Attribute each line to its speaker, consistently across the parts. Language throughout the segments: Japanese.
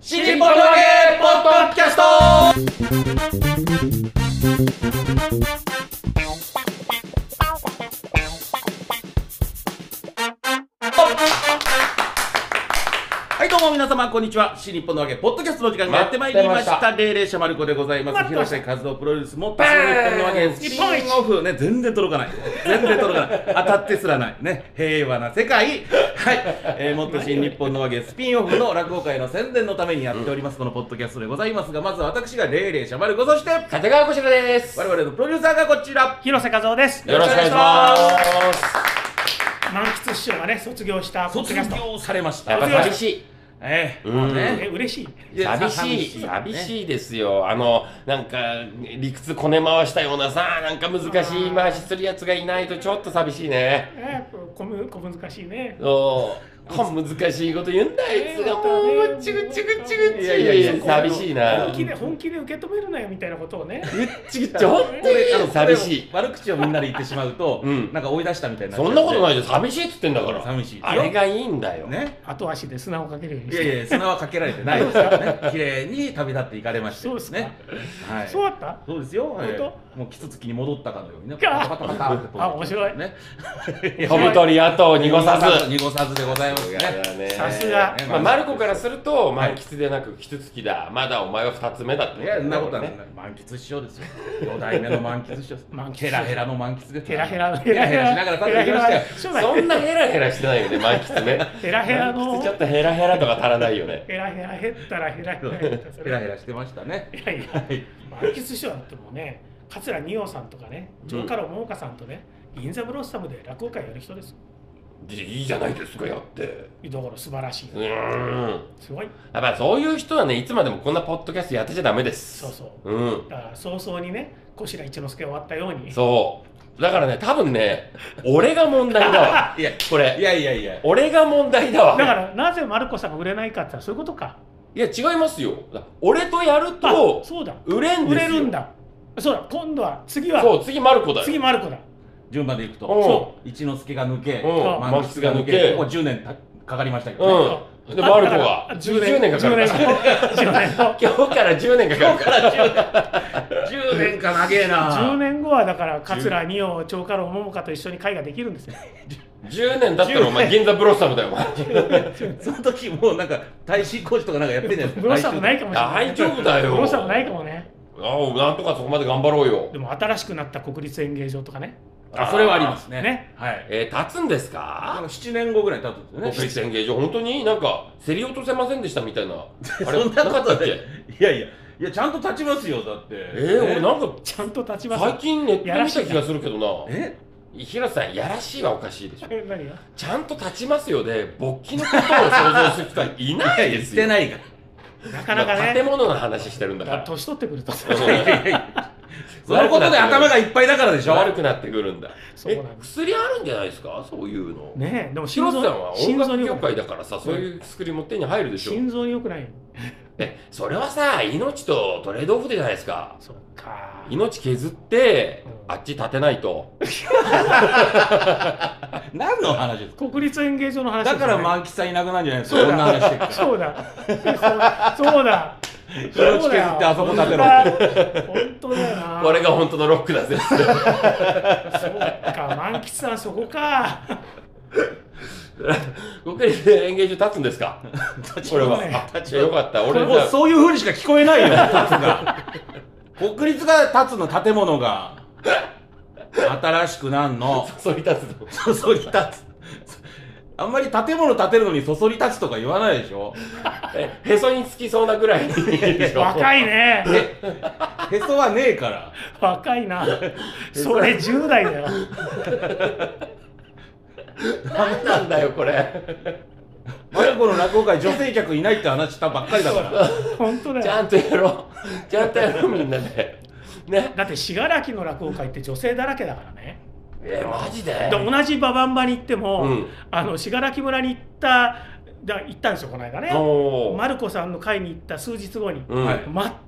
Speaker 1: 新ポッドゲーポッドキャストはいどうも皆様こんにちは新日本のわけポッドキャストの時間がやってまいりました
Speaker 2: 待ってま
Speaker 1: 霊霊者マルコでございます広瀬和夫プロデュースもっと
Speaker 2: バ
Speaker 1: す
Speaker 2: ーン
Speaker 1: ごい日本のわけスピ
Speaker 2: 日本一
Speaker 1: ンオフね全然届かない全然届かない当たってすらないね平和な世界はい、えー、もっと新日本のわけスピンオフの落語会の宣伝のためにやっておりますこのポッドキャストでございますがまずは私が霊霊者マルコそして
Speaker 2: 立川こしらです
Speaker 1: 我々のプロデューサーがこちら
Speaker 3: 広瀬和夫です。
Speaker 2: よろしくお願いします
Speaker 3: す。満喫師匠がね、卒業したポッド
Speaker 1: 卒
Speaker 3: キャスト。
Speaker 1: 業されました
Speaker 2: やっぱ寂しい
Speaker 1: ええ
Speaker 2: うん
Speaker 1: まあ
Speaker 3: え、
Speaker 1: ね
Speaker 3: 嬉しい。
Speaker 1: いや
Speaker 2: 寂しい寂しいですよあのなんか理屈こね回したようなさなんか難しい回しするやつがいないとちょっと寂しいね
Speaker 3: え、こむ、小難しいね。
Speaker 2: そうこん難しいこと言うんだあいつがもうチグチグチグチ
Speaker 1: いやいやいや
Speaker 2: 寂しいな
Speaker 3: 本気で、本気で受け止めるなよみたいなことをね。
Speaker 1: ぐっちぐっ
Speaker 2: ちょっとね寂しい
Speaker 1: 悪口をみんなで言ってしまうと、
Speaker 2: うん
Speaker 1: なんか追い出したみたいになっちゃ
Speaker 2: そ
Speaker 1: うん
Speaker 2: なことないじゃん寂しいっつってんだから
Speaker 1: 寂しい
Speaker 2: あれがいいんだよ
Speaker 1: ね
Speaker 3: 後足で砂をかけるように
Speaker 1: い
Speaker 3: し
Speaker 1: や
Speaker 3: て。
Speaker 1: いや砂はかけられてないです からね綺麗に旅立っていかれまして
Speaker 3: そうですか
Speaker 1: ねはい
Speaker 3: そうだった。
Speaker 1: そうですよ、
Speaker 3: 本当
Speaker 1: ええもうキツツキに戻ったかのようにね
Speaker 3: か
Speaker 1: パタパタパタって飛んできて
Speaker 3: あ面白い
Speaker 1: ね
Speaker 2: 飛ぶ鳥跡を濁さず
Speaker 1: 濁さずでございますね
Speaker 3: さすが
Speaker 2: まあ、マルコから
Speaker 1: す
Speaker 2: すると
Speaker 1: はい
Speaker 2: 満喫でなくキツツキだまだお前は2つ目だって
Speaker 1: いやそんなことはない満喫師匠ですよ四代目の満喫師匠です
Speaker 3: 満喫師匠
Speaker 1: ヘラヘラの満喫です
Speaker 3: ヘラヘラの。
Speaker 1: ヘラヘラしながら立っていきましたよ
Speaker 3: しょうがない
Speaker 2: そんなヘラヘラして ないよね満喫ね
Speaker 3: ヘラヘラの
Speaker 2: ちょ。っとヘラヘラとか足らないよね
Speaker 3: ヘラヘラ減ったら、ヘラヘラ減ったらそれ。
Speaker 1: ヘラヘラしてましたね
Speaker 3: いやいや、満喫師匠だってもうね、桂二葉さんとかね、城下郎桃花さんとね、銀座ブロッサムで落語会やる人ですよ。
Speaker 2: でいいじゃないですかやって。
Speaker 3: だから素晴らしいう
Speaker 2: ーん
Speaker 3: すごい。
Speaker 2: やっぱそういう人はねいつまでもこんなポッドキャストやってちゃダメです
Speaker 3: そうそう
Speaker 2: うん
Speaker 3: だから早々にね、小白一之助終わったように。
Speaker 2: そうだからね多分ね俺が問題だ わ
Speaker 1: いや
Speaker 2: こ
Speaker 1: い
Speaker 2: れ
Speaker 1: やいやいや
Speaker 2: 俺が問題だわ
Speaker 3: だから、なぜマルコさんが売れないかって言ったらそういうことか。
Speaker 2: いや違いますよ俺とやる
Speaker 3: あ
Speaker 2: と
Speaker 3: そうだ。
Speaker 2: 売れん
Speaker 3: 売
Speaker 2: です
Speaker 3: れ
Speaker 2: よ
Speaker 3: るんだ。そうだ、今度は、次は、
Speaker 2: そう次マルコだよ
Speaker 3: 次マルコだ。
Speaker 1: 順番でいくと
Speaker 2: うん
Speaker 1: そう一之輔が抜け
Speaker 2: うん
Speaker 3: そう
Speaker 1: 満喫が抜
Speaker 2: 満喫が抜
Speaker 1: け
Speaker 2: け
Speaker 1: ここ10年たかかりましたけどね
Speaker 2: うん。で、マルコが10年かかるから。
Speaker 3: 10年 後。
Speaker 2: 今日から10年かかるから。
Speaker 1: 10年か長えな
Speaker 3: 10年後はだから桂二葉長家老桃花と一緒に会ができる んですよ。
Speaker 2: 10年だったらお前銀座ブロッサムだよ、お前。
Speaker 1: その時もうなんか耐震工事とかなんかやってんじゃないですか
Speaker 3: ブロッサムないいかもしれない。
Speaker 2: 大丈夫だ
Speaker 3: ブ
Speaker 2: よ。
Speaker 3: ロッサムないかもね。
Speaker 2: ああなんとかそこまで頑張ろうよ
Speaker 3: で。も新しくなった国立演芸場とかね。
Speaker 1: あそれはありますね
Speaker 3: ね
Speaker 1: はい
Speaker 2: えー、立つんです
Speaker 1: なん
Speaker 2: か
Speaker 1: か7年後ぐらい経つん
Speaker 2: 国
Speaker 1: です
Speaker 2: 立
Speaker 1: よね
Speaker 2: 演芸場、本当になんか、競り落とせませんでしたみたいな。あれ、
Speaker 1: そんな
Speaker 2: なか
Speaker 1: こ
Speaker 2: っ
Speaker 1: と
Speaker 2: たっ
Speaker 1: ないい
Speaker 2: け
Speaker 1: やいやいやちゃんと立ちますよだって
Speaker 2: えー、俺なんか、
Speaker 3: ちゃんと立ちます。
Speaker 2: 最近ネットで見た気がするけどな。
Speaker 1: え
Speaker 2: 広瀬さん、やらしいはおかしいでしょ。
Speaker 3: え何が
Speaker 2: ちゃんと立ちますよで、勃起のことを想像する人はいないです
Speaker 1: や
Speaker 2: よ。
Speaker 1: 言ってないか
Speaker 3: なかなか
Speaker 2: 建
Speaker 3: ね、
Speaker 2: 物の話してるんだ
Speaker 3: だ
Speaker 2: か
Speaker 3: からら。年取ってくると。
Speaker 1: らいやいやいやそのことで頭がいっぱいだからでしょ
Speaker 2: 悪くなってくるんだ
Speaker 3: そうな
Speaker 2: え
Speaker 3: んです
Speaker 2: 薬あるんじゃないですかそういうの、
Speaker 3: ねえ、でも心
Speaker 2: 広
Speaker 3: 臓
Speaker 2: 瀬さんは音
Speaker 3: 心臓
Speaker 2: 楽
Speaker 3: に
Speaker 2: 業
Speaker 3: 良くな
Speaker 2: 界
Speaker 3: い。
Speaker 2: だからさそういう薬も手に入るでしょ
Speaker 3: 心臓に良くないよ。
Speaker 2: えそれはさ命とトレードオフでじゃないですか
Speaker 3: そっか。
Speaker 2: 命削って
Speaker 3: うん
Speaker 2: あっち立てないと
Speaker 1: 何の話ですか
Speaker 3: 国立演芸場の話です
Speaker 1: だ
Speaker 3: ね
Speaker 1: から満喫さんいなくなるんじゃないですか
Speaker 3: そう
Speaker 1: こんな話してる
Speaker 3: だ。そうだ。 そうそうだ。
Speaker 1: 命削ってあそこ建てろ
Speaker 3: てろ。本当だよな。
Speaker 2: これが本当のロックだぜ
Speaker 3: そうか、満喫さんそこか。
Speaker 2: 僕に演芸場立つんですかこれは、
Speaker 3: ね
Speaker 2: あ立ちよかった俺
Speaker 1: もう
Speaker 2: じ
Speaker 1: そういう風にしか聞こえないよ、立つが。 国立が立つの建物が、新しくなんの、
Speaker 2: ゃそり立つの
Speaker 1: そそり立つ。あんまり建物建てるのにそそり立つとか言わないでしょ
Speaker 2: えへそにつきそうなぐらいに
Speaker 3: 若いね。
Speaker 1: へそはねえから。
Speaker 3: 若いな。それ10代だよ。
Speaker 2: 何なんだよこれ
Speaker 1: マルコの落語会女性客いないって話したばっかりだから。
Speaker 3: 本当だ
Speaker 2: ちゃ
Speaker 3: よ。
Speaker 2: んとやろうちゃんとやろうみんなでね
Speaker 3: だって信楽の落語会って女性だらけだからね。
Speaker 2: えマジで
Speaker 3: で同じババンバに行っても、
Speaker 2: うん
Speaker 3: あの信楽村に行っただ行ったんですよこの間ね
Speaker 2: おお、
Speaker 3: マルコさんの会に行った数日後に、
Speaker 2: うん
Speaker 1: はい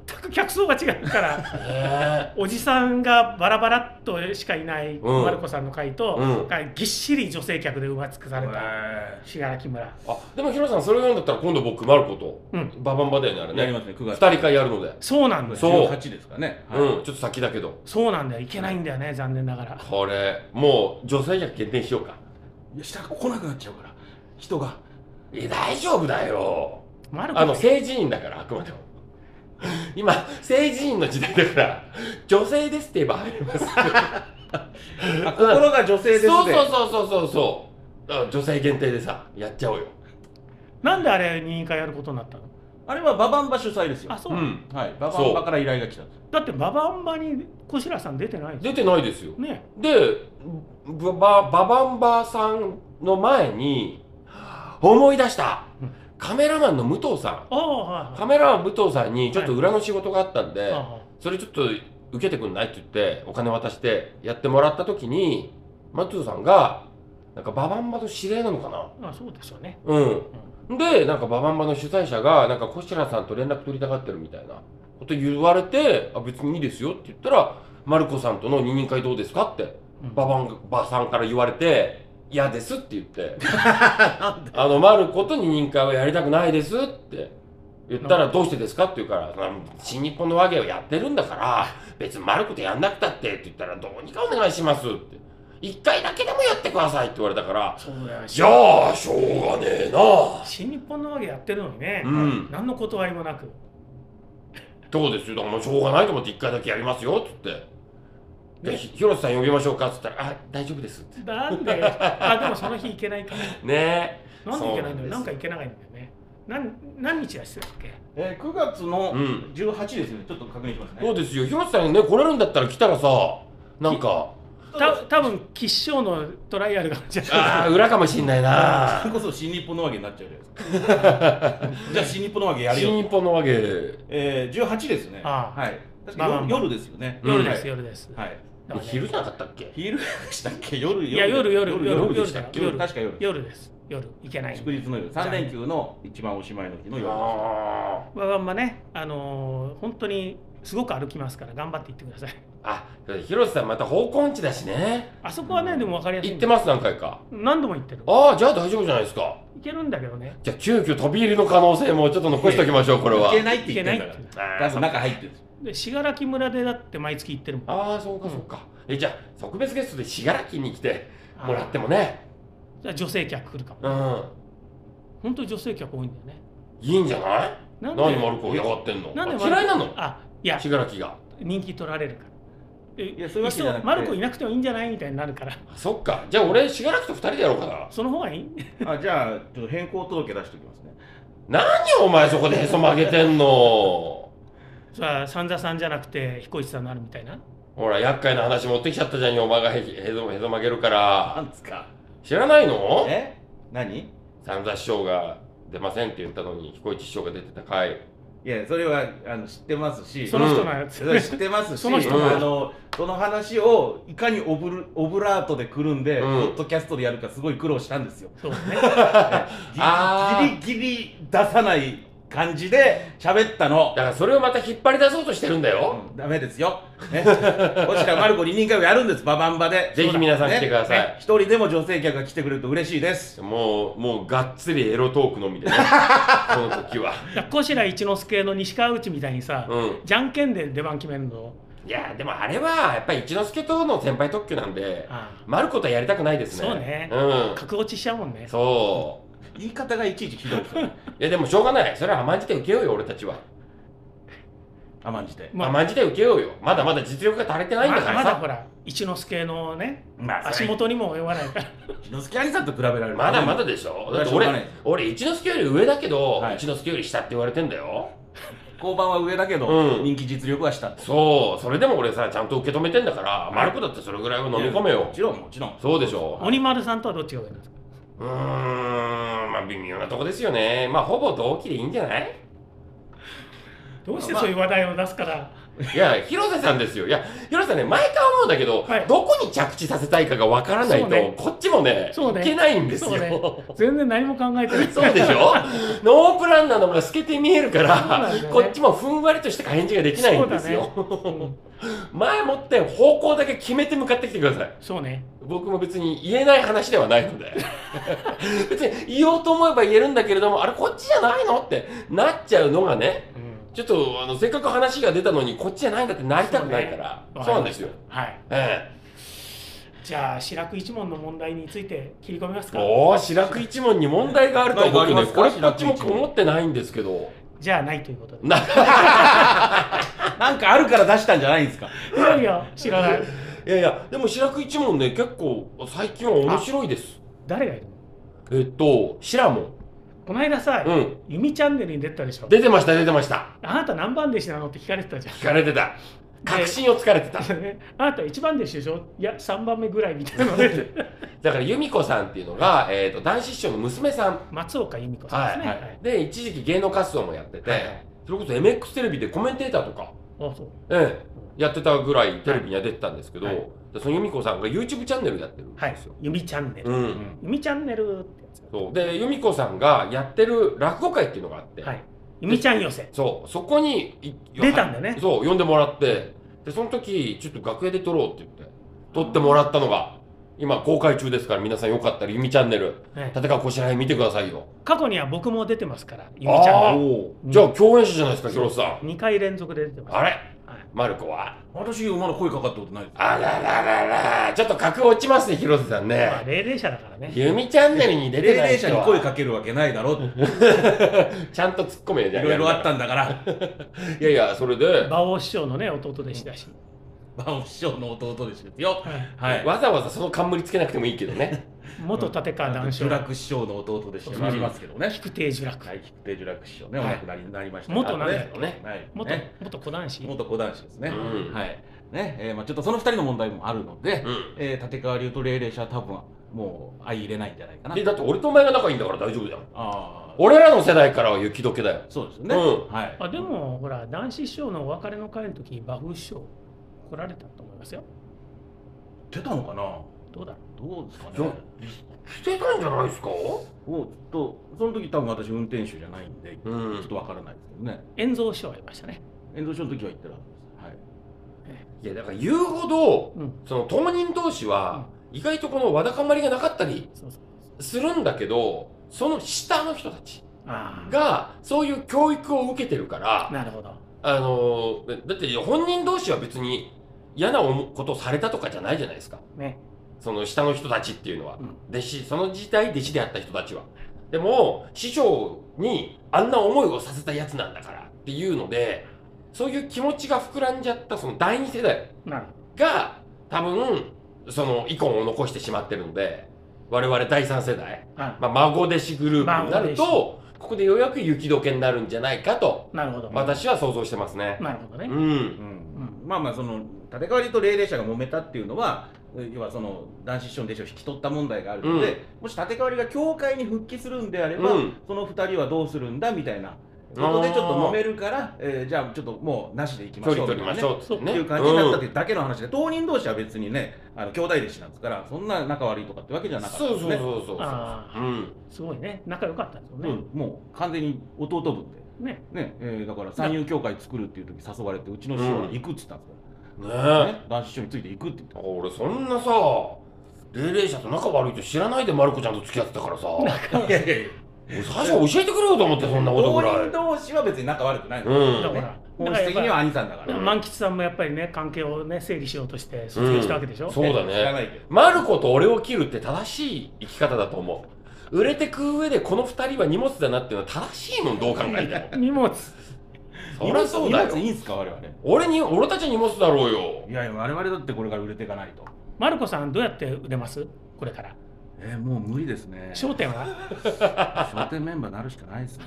Speaker 3: 全く客層が違うから
Speaker 2: え
Speaker 3: おじさんがバラバラっとしかいない
Speaker 2: うん
Speaker 3: マルコさんの会と、
Speaker 2: うん
Speaker 3: がぎっしり女性客で埋まつくされた信楽村
Speaker 2: ー、あでもヒロさんそれ読んだったら今度僕マルコと、
Speaker 3: うん
Speaker 2: ババンバだよねあれ
Speaker 1: やり
Speaker 2: ね
Speaker 1: ますね、9
Speaker 2: 2
Speaker 1: 月。
Speaker 2: 人会やるので、
Speaker 3: そうなんだよ
Speaker 2: そう
Speaker 1: 18ですかね。はい
Speaker 2: うんちょっと先だけど
Speaker 3: そうなんだよいけないんだよね残念ながら
Speaker 2: これもう女性客限定しようか
Speaker 1: いや下が来なくなっちゃうから、人が。
Speaker 2: え大丈夫だよ
Speaker 3: マルコ
Speaker 2: あの政治員だからあくまでも今政治員の時代だから女性ですって言えば入れます
Speaker 1: あ心が女性ですね。
Speaker 2: そうそうそうそうそうそうだから女性限定でさやっちゃおうよ
Speaker 3: なんであれ任意会やることになったの
Speaker 1: あれはババンバ主催ですよ
Speaker 3: あ。そう、
Speaker 2: ん
Speaker 1: はい、ババンバから依頼が来たんです。
Speaker 3: だってババンバに小白さん出てないで
Speaker 2: 出てないですよ
Speaker 3: すね
Speaker 2: でババババンバさんの前に思い出した
Speaker 3: うん
Speaker 2: カメラマンの武藤さ
Speaker 3: ああはい
Speaker 2: ん
Speaker 3: は
Speaker 2: カメラマン武藤さんにちょっと裏の仕事があったんで、
Speaker 3: いあ
Speaker 2: それちょっと受けてくんないって言ってお金渡してやってもらった時にマトゥーさんがなんかババンバの指令なのかな
Speaker 3: ああそうですよね
Speaker 2: うんでなんかババンバの主催者がなんかコシラさんと連絡取りたがってるみたいなこと言われてあ別にいいですよって言ったらマルコさんとの二人会どうですかって
Speaker 3: うん
Speaker 2: ババンバさんから言われて嫌ですって言って
Speaker 1: なん
Speaker 2: あの、マルコと二人会はやりたくないですって言ったら、どうしてですかって言うから、うん新日本の和芸をやってるんだから、別にマルコとやんなくたってって言ったら、どうにかお願いしますって。一回だけでもやってくださいって言われたから、
Speaker 3: そうだよ
Speaker 2: じゃあ、しょうがねえな。
Speaker 3: 新日本のわけやってるのにね、
Speaker 2: うん
Speaker 3: 何の断りもなく
Speaker 2: どうですよ、だからもうしょうがないと思って一回だけやりますよって言って。で、
Speaker 3: ね
Speaker 2: ひ広瀬さん呼びましょうかって言ったら、あ、大丈夫ですって。
Speaker 3: な んであでもその日行けないから
Speaker 2: ね
Speaker 3: なんで行けないんだ
Speaker 2: そうなんで
Speaker 3: ろう
Speaker 2: す
Speaker 3: なんか行けないんだよねなん何日だしてたっけ
Speaker 1: えー、9月の
Speaker 2: うん
Speaker 1: 18ですね、ちょっと確認します
Speaker 2: え。
Speaker 1: ね。
Speaker 2: そうですよ、広瀬さんね、来れるんだったら来たらさ、なんか、
Speaker 3: た多分吉祥のトライアルがあるんじゃない
Speaker 2: ああ、裏かもしんないな
Speaker 1: そ。れこそ新日本のわけになっちゃうじゃな いですか。じゃあ新日本のわけ やる
Speaker 2: 新
Speaker 1: よ。
Speaker 2: 日本のわけで
Speaker 1: えー、18ですね。
Speaker 3: ああ
Speaker 1: はい。確かに
Speaker 3: まあまあ
Speaker 1: 夜夜ですよね。
Speaker 2: うん
Speaker 3: 夜です、
Speaker 1: よ。
Speaker 3: 夜です、
Speaker 1: はい。
Speaker 3: だからね
Speaker 2: 昼じゃなかったっけ
Speaker 1: 昼でしたっけ夜
Speaker 3: いや夜夜夜
Speaker 1: 夜
Speaker 3: 夜
Speaker 1: で
Speaker 3: で
Speaker 1: し
Speaker 3: したた
Speaker 1: っ
Speaker 3: よ
Speaker 1: け
Speaker 3: 夜
Speaker 1: 確か夜です。
Speaker 3: 夜です夜行けない
Speaker 1: 祝日の夜。3連休の一番おしまいの日の夜です。
Speaker 2: あ
Speaker 3: わがまねあのー本当にすごく歩きますから頑張って行ってください
Speaker 2: ーあ広瀬さんまた方向音痴だしね
Speaker 3: あそこはね、でも分かりやすい
Speaker 2: 行ってます何回か
Speaker 3: 何度も行ってる行
Speaker 2: ああじゃあ大丈夫じゃないですか
Speaker 3: けるんだけどね
Speaker 2: じゃあ急遽飛び入りの可能性もちょっと残しておきましょうこれはい
Speaker 1: けないって言ってんだ
Speaker 3: いけない
Speaker 1: か
Speaker 2: あ
Speaker 1: ら。
Speaker 2: ー
Speaker 1: だから中入ってるんですよ。
Speaker 3: で信楽村でだって毎月行ってるもん
Speaker 2: あーそうかそうかえじゃあ特別ゲストで信楽に来てもらって
Speaker 3: も
Speaker 2: もね
Speaker 3: 女性客来るかも、
Speaker 2: うん
Speaker 3: 本当に女性客多いんだよね
Speaker 2: いいんじゃない
Speaker 3: なんで
Speaker 2: 何丸子嫌がってんの
Speaker 3: なんで
Speaker 2: あ嫌いなの
Speaker 3: あいや
Speaker 2: 信楽が
Speaker 3: 人気取られるからえ
Speaker 1: いやそういうわけじゃなくて
Speaker 3: っそマルコいなくてもいいんじゃないみたいになるから
Speaker 2: あそっかじゃあ俺信楽と二人でやろうかな
Speaker 3: その方がいい
Speaker 1: あじゃあちょっと変更届け出しておきますね。
Speaker 2: 何お前そこでへそ曲げてんの
Speaker 3: さあ三座さんじゃなくて彦一さんになるみたいな
Speaker 2: ほら、厄介な話持ってきちゃったじゃんよ、お前がへへぞへぞ曲げるか
Speaker 1: な
Speaker 2: ら。
Speaker 1: んですか。
Speaker 2: 知らないの
Speaker 1: え？何？い
Speaker 2: 三座師匠が出ませんって言ったのに、彦一師匠が出てた回。
Speaker 1: やそれはあの知ってますし。
Speaker 3: その人のやつ、
Speaker 1: それは知ってますし、
Speaker 3: その人
Speaker 2: が
Speaker 1: あのその話をいかにオブルオブラートでくるんで、
Speaker 2: うん
Speaker 1: ポッドキャストでやるかすごい苦労したんですよ。
Speaker 3: そうね
Speaker 2: あー
Speaker 1: ギリギリ出さない感じで喋ったの
Speaker 2: だ。からそれをまた引っ張り出そうとしてるんだよ。
Speaker 1: うんダメですよ。ね、 こちらマルコ二人会をやるんです、ババンバで。
Speaker 2: ぜひ皆さん
Speaker 1: ね
Speaker 2: 来てください
Speaker 1: ね一人でも女性客が来てくれると嬉しいです。
Speaker 2: もう、もうがっつりエロトークのみ でね。この時は。
Speaker 3: だから小白一之輔の西川内みたいにさ、
Speaker 2: うん。
Speaker 3: じゃんけんで出番決めるの
Speaker 2: いや、でもあれは、やっぱり一之輔との先輩特許なんで、
Speaker 3: あ
Speaker 2: 丸子とはやりたくないですね。
Speaker 3: そうねあ
Speaker 2: う
Speaker 3: 格落ちしちゃうもんね
Speaker 2: ん。そ
Speaker 1: 言い方がいちいちひどいですよね。
Speaker 2: う。いや、でもしょうがない。それは甘んじて受けようよ、俺たちは。
Speaker 1: 甘んじて。
Speaker 3: まあ
Speaker 2: 甘んじて受けようよ。まだまだ実力が足りてないんだ
Speaker 3: まだ
Speaker 2: から
Speaker 3: ま
Speaker 2: さ。
Speaker 3: だほら一之輔のね
Speaker 1: ま
Speaker 3: 足。元にも及ばないから
Speaker 1: 木之助兄さんと比べられる。
Speaker 2: まだまだでしょ
Speaker 1: うん
Speaker 2: だって
Speaker 1: しょうがない
Speaker 2: 俺、俺、一之輔より上だけど、
Speaker 1: はい
Speaker 2: 一之輔より下って言われてんだよ。
Speaker 1: 交番は上だけど、
Speaker 2: うん
Speaker 1: 人気実力は下。
Speaker 2: そう、それでも俺さ、ちゃんと受け止めてんだから、
Speaker 1: い
Speaker 2: マルコだってそれぐらいは飲み込め
Speaker 1: も
Speaker 2: よ。
Speaker 1: ちろん、もちろん。
Speaker 2: そうでしょ
Speaker 3: 鬼丸さんとはどっちが上なんですか
Speaker 2: うーん、まあ微妙なとこですよね。まあほぼ同期でいいんじゃない
Speaker 3: どうしてそういう話題を出すから、
Speaker 2: いや、広瀬さんですよ。いや、広瀬さんね、毎回思うんだけど、
Speaker 3: はい
Speaker 2: どこに着地させたいかがわからないと、
Speaker 3: そうね
Speaker 2: こっちもね
Speaker 3: そうね
Speaker 2: いけないんですよ。
Speaker 3: そうね全然何も考えてない
Speaker 2: そうでし ょノープランなのが透けて見えるか
Speaker 3: そうな
Speaker 2: ら、
Speaker 3: んだよね
Speaker 2: こっちもふんわりとした返事ができないんですよ。
Speaker 3: そうだね
Speaker 2: 前もって方向だけ決めて向かってきてください。
Speaker 3: そうね
Speaker 2: 僕も別に言えない話ではないので。 別に言おうと思えば言えるんだけれども、あれこっちじゃないのってなっちゃうのがね、ちょっとあのせっかく話が出たのにこっちじゃないんだってなりたくないから。そう,、
Speaker 3: そうね
Speaker 2: なんですよ。
Speaker 3: はい
Speaker 2: え
Speaker 3: じゃあ白く一門の問題について切り込みます
Speaker 2: え
Speaker 3: か
Speaker 2: おお、白く一問に問題があるとは僕
Speaker 1: 何
Speaker 2: ね、
Speaker 1: か
Speaker 2: こ
Speaker 1: あ
Speaker 2: れ
Speaker 1: り
Speaker 2: こ
Speaker 1: ま
Speaker 2: っ
Speaker 1: すか
Speaker 2: ち
Speaker 1: 白
Speaker 2: も
Speaker 1: く一問
Speaker 2: 思ってないんですけど。
Speaker 3: じゃあないということで
Speaker 2: な
Speaker 1: なんかあるから出したんじゃないんですか
Speaker 3: いやいや知らない
Speaker 2: いやいや、でも白く一問ね、結構最近は面白いです。
Speaker 3: 誰がいるの
Speaker 2: えっと、白も。
Speaker 3: この間さ、
Speaker 2: うん。
Speaker 3: ユミチャンネルに出てたでしょ
Speaker 2: 出てました、出てました。
Speaker 3: あなた何番弟子なのって聞かれてたじゃん
Speaker 2: 聞かれてた。確信をつかれてた。
Speaker 3: ねあなた一番弟子でしょいや3番目ぐらいみたいなので
Speaker 2: だから由美子さんっていうのが、えー、と男子師匠の娘さん、
Speaker 3: 松岡由美子さんですね、
Speaker 2: はいで一時期芸能活動もやってて、
Speaker 3: はいはい
Speaker 2: それこそ MX テレビでコメンテーターとか、
Speaker 3: あそう
Speaker 2: ええやってたぐらいテレビには出てたんですけど、
Speaker 3: はい
Speaker 2: でその由美子さんが YouTube チャンネルやってるん
Speaker 3: はい
Speaker 2: ですよ。
Speaker 3: 由美チャンネル、
Speaker 2: う
Speaker 1: うんん
Speaker 3: 由美チャンネルってやつ
Speaker 2: そうで由美子さんがやってる落語会っていうのがあって、
Speaker 3: はい由美ちゃん寄せ
Speaker 2: そうそこにい
Speaker 3: 出たんだよね
Speaker 2: そう呼んでもらってでその時ちょっと楽屋で撮ろうって言って撮ってもらったのが今公開中ですから皆さんよかったら「由美チャンネル
Speaker 3: はい
Speaker 2: 立川こしらへん見てくださいよ」
Speaker 3: 過去には僕も出てますから由美ちゃ
Speaker 2: あー
Speaker 3: ん
Speaker 2: お
Speaker 3: が
Speaker 2: ーじゃあ共演者じゃないですか広瀬さん
Speaker 3: 2回連続で出てます
Speaker 2: あれ
Speaker 3: はい
Speaker 2: マルコは
Speaker 1: 私馬の声かかったことないです
Speaker 2: あららららちょっと格落ちますね広瀬さん
Speaker 3: ま
Speaker 2: ね
Speaker 3: あ霊霊者だからね
Speaker 2: 由美チャンネルに出
Speaker 1: 霊
Speaker 2: てない
Speaker 1: 霊
Speaker 2: 人
Speaker 1: 者
Speaker 2: は
Speaker 1: に声かけるわけないだろう
Speaker 2: ちゃんと突っ込めよ
Speaker 1: い
Speaker 2: じゃあ
Speaker 1: ろいろあったんだ から
Speaker 2: いやいやそれで
Speaker 3: 馬王師匠のね弟弟子だし、
Speaker 1: 馬王師匠の弟ですよ
Speaker 3: はい
Speaker 1: はい
Speaker 2: わざわざその冠つけなくてもいいけどね
Speaker 3: 元立川
Speaker 1: 呪
Speaker 3: 談笑
Speaker 1: 楽師匠の弟でした
Speaker 2: うん
Speaker 1: ありますけどね
Speaker 3: 菊亭呪楽
Speaker 1: はい菊亭呪楽師匠ねお
Speaker 2: はい
Speaker 1: 亡くなりになりました
Speaker 3: 元なんだ
Speaker 1: ね
Speaker 3: っ
Speaker 2: けね
Speaker 1: はい
Speaker 3: 元
Speaker 1: ね
Speaker 3: 元小男子
Speaker 1: 元小男子ですね
Speaker 2: う ん
Speaker 1: はいねえーまあちょっとその二人の問題もあるので
Speaker 2: うん
Speaker 1: えー立川流と霊霊者は多分もう相入れないんじゃないかな
Speaker 2: でだって俺とお前が仲いいんだから大丈夫じゃん
Speaker 1: ああ
Speaker 2: 俺らの世代からは雪解けだよ
Speaker 1: そうですよね
Speaker 2: うん
Speaker 1: はい
Speaker 3: あでもほら男子師匠のお別れの会の時馬風師匠来られたと思いますよ
Speaker 1: 出たのかな
Speaker 3: どうだろ
Speaker 1: どうですか
Speaker 2: いや
Speaker 1: ね
Speaker 2: してたんじゃないですか
Speaker 1: もうちょっとその時多分私運転手じゃないんで、
Speaker 2: う
Speaker 1: ちょっ
Speaker 2: ん
Speaker 1: とわからないですけどね
Speaker 3: う遠蔵師匠がいましたね
Speaker 1: 遠藤署の時は行ってるはずですはい
Speaker 2: いやだから言うほど
Speaker 3: うん
Speaker 2: その当人同士は意外とこのわだかまりがなかったり
Speaker 3: そうそう
Speaker 2: するんだけどその下の人たち
Speaker 3: あ
Speaker 2: がそういう教育を受けてるから
Speaker 3: あなるほど
Speaker 2: あのーだだって本人同士は別に嫌な思うことをされたとかじゃないじゃないですか
Speaker 3: ね
Speaker 2: その下の人たちっていうのは、
Speaker 3: うん
Speaker 2: 弟子その時代弟子であった人たちはでも師匠にあんな思いをさせたやつなんだからっていうのでそういう気持ちが膨らんじゃったその第二世代
Speaker 3: なる
Speaker 2: が多分その遺恨を残してしまってるので我々第三世代、
Speaker 3: ほどあ
Speaker 2: まあ、孫弟子グループになる
Speaker 3: 孫
Speaker 2: とここでようやく雪解けになるんじゃないかと
Speaker 3: なるほど
Speaker 2: 私は想像してますね。
Speaker 3: なるほどね
Speaker 2: うん
Speaker 1: うん
Speaker 3: ん
Speaker 1: まあまあその立川流と霊霊者が揉めたっていうのは要はその男子師匠の弟子を引き取った問題があるので、もし立川流が教会に復帰するんであれば、
Speaker 2: うん
Speaker 1: その二人はどうするんだみたいなことでちょっと揉めるから、えーじゃあちょっともうなしでいきまし
Speaker 2: 距
Speaker 1: ょう
Speaker 2: 離取りましょうって
Speaker 3: そう
Speaker 1: って
Speaker 2: ね。
Speaker 1: いう感じになったってだけの話で、当人同士は別にねあの兄弟弟子なんですからそんな仲悪いとかってわけじゃなかった
Speaker 2: そ
Speaker 1: で
Speaker 2: う
Speaker 1: す
Speaker 2: そう
Speaker 1: ね
Speaker 2: そうそう。
Speaker 3: あ
Speaker 2: う
Speaker 3: あ
Speaker 2: ん。
Speaker 3: すごいね仲良かったんですよね、
Speaker 1: うんもう完全に弟分で、
Speaker 3: ね
Speaker 1: ねえーだから三遊協会作るっていう時誘われてうちの師匠が行くっつったんです
Speaker 2: ね
Speaker 1: から、
Speaker 2: え。
Speaker 1: ね、男子師匠について行くって言って
Speaker 2: 俺そんなさ、霊霊者と仲悪いと知らないでマルコちゃんと付き合ってたからさ、
Speaker 1: いやいやいや
Speaker 2: 俺最初教えてくれよと思ってそんなことぐら
Speaker 1: 当人
Speaker 2: い。
Speaker 1: 同士は別に仲悪くないの、
Speaker 2: う
Speaker 3: だ
Speaker 2: ん
Speaker 1: ね
Speaker 3: か。ら
Speaker 1: 本質的には兄さんだか
Speaker 3: だから
Speaker 1: ら、
Speaker 3: 満吉さんもやっぱりね関係をね整理しようとして卒業したわけでしょ、
Speaker 2: うんそうだね
Speaker 1: 知らないけど
Speaker 2: マルコと俺を切るって正しい生き方だと思う。売れてく上でこの二人は荷物だなっていうのは正しいもんどう考えて も。
Speaker 3: 荷物
Speaker 2: そりゃそうだ
Speaker 1: 荷物
Speaker 2: よ。
Speaker 1: いいんすか我々い
Speaker 2: 俺に俺たち荷物だろうよ。
Speaker 1: やいや我々だってこれから売れていかないと
Speaker 3: マルコさんどうやって売れますこれから
Speaker 1: えー、もう無理ですね
Speaker 3: 焦点は
Speaker 1: 笑点メンバーになるしかない ですね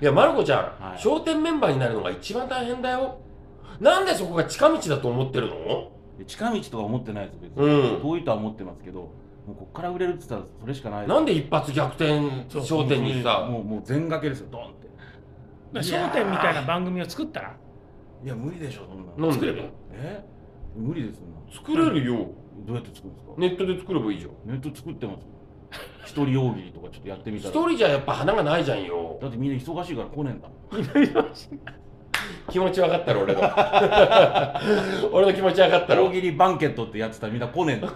Speaker 2: いや、まる子ちゃん、
Speaker 1: はい
Speaker 2: 笑点メンバーになるのが一番大変だよ。なんでそこが近道だと思ってるの
Speaker 1: 近道とか思ってないです別に、
Speaker 2: う
Speaker 1: 遠いとは思ってますけどもうこっから売れるって言ったらそれしかない
Speaker 2: ん。なんで一発逆転
Speaker 3: そう
Speaker 2: 焦点にさ、
Speaker 1: もうもう全掛けですよドンって
Speaker 3: 焦点みたいな番組を作ったら
Speaker 1: いや無理でしょそんなの
Speaker 2: なんで
Speaker 1: え無理ですそんなの
Speaker 2: 作れるよ
Speaker 1: どうやって作るんですか
Speaker 2: ネットで作ればいいじゃん
Speaker 1: ネット作ってます一人大喜利とかちょっとやってみた
Speaker 2: 一
Speaker 1: らだ
Speaker 2: 人じゃやっぱ花がないじゃ んよ
Speaker 1: ってみんな忙しいから来ねえんだもん
Speaker 2: 気持ち分かったろ俺の俺の気 持ち分かったろ
Speaker 1: 大喜利バンケットってやってたらみんな来ねえんだ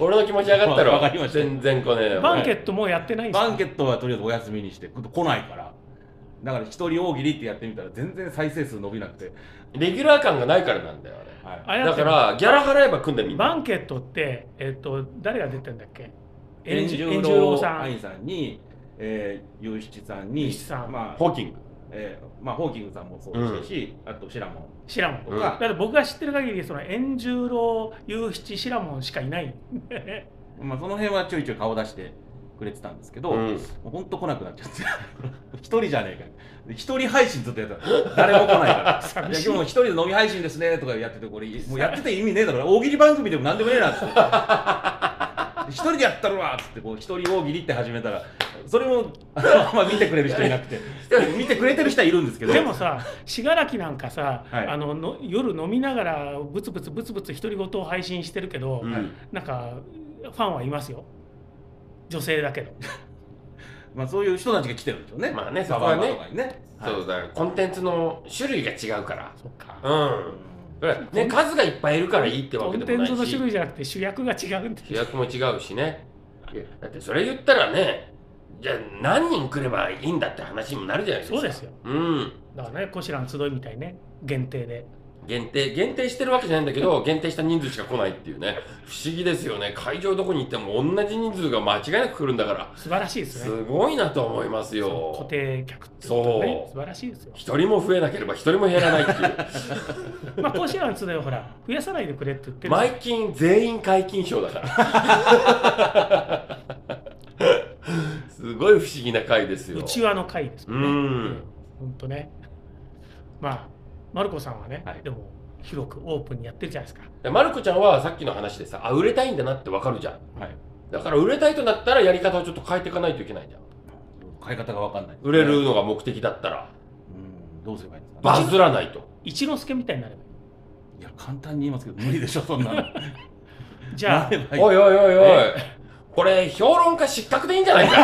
Speaker 2: 俺の気持ち分かったろ
Speaker 1: わかりました
Speaker 2: 全然来ねえよ
Speaker 3: バンケットもうやってないんですか
Speaker 1: バンケットはとりあえずお休みにして来ないからだから一人大喜利ってやってみたら全然再生数伸びなくて、
Speaker 2: レギュラー感がないからなんだよ
Speaker 1: はい、
Speaker 3: あ
Speaker 2: あ
Speaker 3: れ
Speaker 2: れ
Speaker 3: だ
Speaker 2: だ
Speaker 3: っ
Speaker 2: か
Speaker 3: て
Speaker 2: らギャラ払えば組んでみんな
Speaker 3: バンケットって、えっと誰が出てんだっけ
Speaker 1: 円
Speaker 3: じ
Speaker 1: 十
Speaker 3: 円十郎
Speaker 1: 郎
Speaker 3: さん
Speaker 1: 愛さんに、えー、雄七さんに
Speaker 3: 雄七さん
Speaker 1: まあ
Speaker 2: ホーキング
Speaker 1: えーまあ、ホーキングさんもそうでしたし、あとシラモン
Speaker 3: シラモン
Speaker 1: と
Speaker 2: うん
Speaker 1: か、
Speaker 3: だって僕が知ってる限りその円十郎雄七シラモンしかいない
Speaker 1: まあ、その辺はちょいちょい顔出してくれてたんですけど、
Speaker 2: う
Speaker 1: も
Speaker 2: ん
Speaker 1: うほんと来なくなっちゃって 一人じゃねえか一人配信ずっとやってたの誰も来ないからい
Speaker 3: 寂
Speaker 1: や
Speaker 3: しい
Speaker 1: 今日も一人で飲み配信ですねとかやっててこれもうやってて意味ねえだろ大喜利番組でも何でもねえなっつって 一人でやったるわっつってこう一人大喜利って始めたらそれも あのあんま見てくれる人いなくて見てくれてる人はいるんですけど
Speaker 3: でもさ信楽なんかさ、
Speaker 1: はい
Speaker 3: あのの夜飲みながらブツブツブツブツ独り言を配信してるけど、
Speaker 2: うん
Speaker 3: なんかファンはいますよ女性だけど
Speaker 1: まあ、そういう人たちが来てるんでしょうね
Speaker 2: まあね
Speaker 1: サバンナとかにねはい
Speaker 2: そうだからコンテンツの種類が違うから
Speaker 3: そっか
Speaker 2: うんね、数がいっぱいいるからいいってわ
Speaker 3: コ
Speaker 2: け
Speaker 3: ン
Speaker 2: で
Speaker 3: テ
Speaker 2: も
Speaker 3: ン
Speaker 2: ない
Speaker 3: ツの種類
Speaker 2: し
Speaker 3: じゃなくて主役が違うんで
Speaker 2: 主役も違うしねいやだってそれ言ったらねじゃあ何人来ればいいんだって話にもなるじゃないですか
Speaker 3: そうですよ
Speaker 2: うん
Speaker 3: だからねこしらん集いみたいね限定で
Speaker 2: 限定限定してるわけじゃないんだけど限定した人数しか来ないっていうね不思議ですよね会場どこに行っても同じ人数が間違いなく来るんだから
Speaker 3: 素晴らしいですね
Speaker 2: すごいなと思います
Speaker 3: その固
Speaker 2: よ
Speaker 3: 定客っていうことね
Speaker 2: そう
Speaker 3: 素晴らしいですよ
Speaker 2: 一人も増えなければ一人も減らないって いう
Speaker 3: まあこしらん集いはほら増やさないでくれって言ってる
Speaker 2: 毎金全員解禁賞だから すごい不思議な回ですよ
Speaker 3: うちわの会ですもん
Speaker 2: う
Speaker 3: ね
Speaker 2: ん
Speaker 3: ほんとねまあマルコさんはね、
Speaker 1: はい
Speaker 3: でも広くオープンにやってるじゃないですか
Speaker 2: でまる子ちゃんはさっきの話でさあ売れたいんだなってわかるじゃん
Speaker 1: はい
Speaker 2: だから売れたいとなったらやり方をちょっと変えていかないといけないじゃん
Speaker 1: 買い方が分かんない
Speaker 2: 売れるのが目的だったら
Speaker 1: うんどうすればいいんですかね
Speaker 2: バズらないと
Speaker 3: 一之輔みたいになればい
Speaker 1: いや簡単に言いますけど無理でしょそんなの
Speaker 3: い じゃ
Speaker 1: な
Speaker 3: あ
Speaker 1: ればいい
Speaker 2: おいおいおいおいこれ評論家失格でいいんじゃないか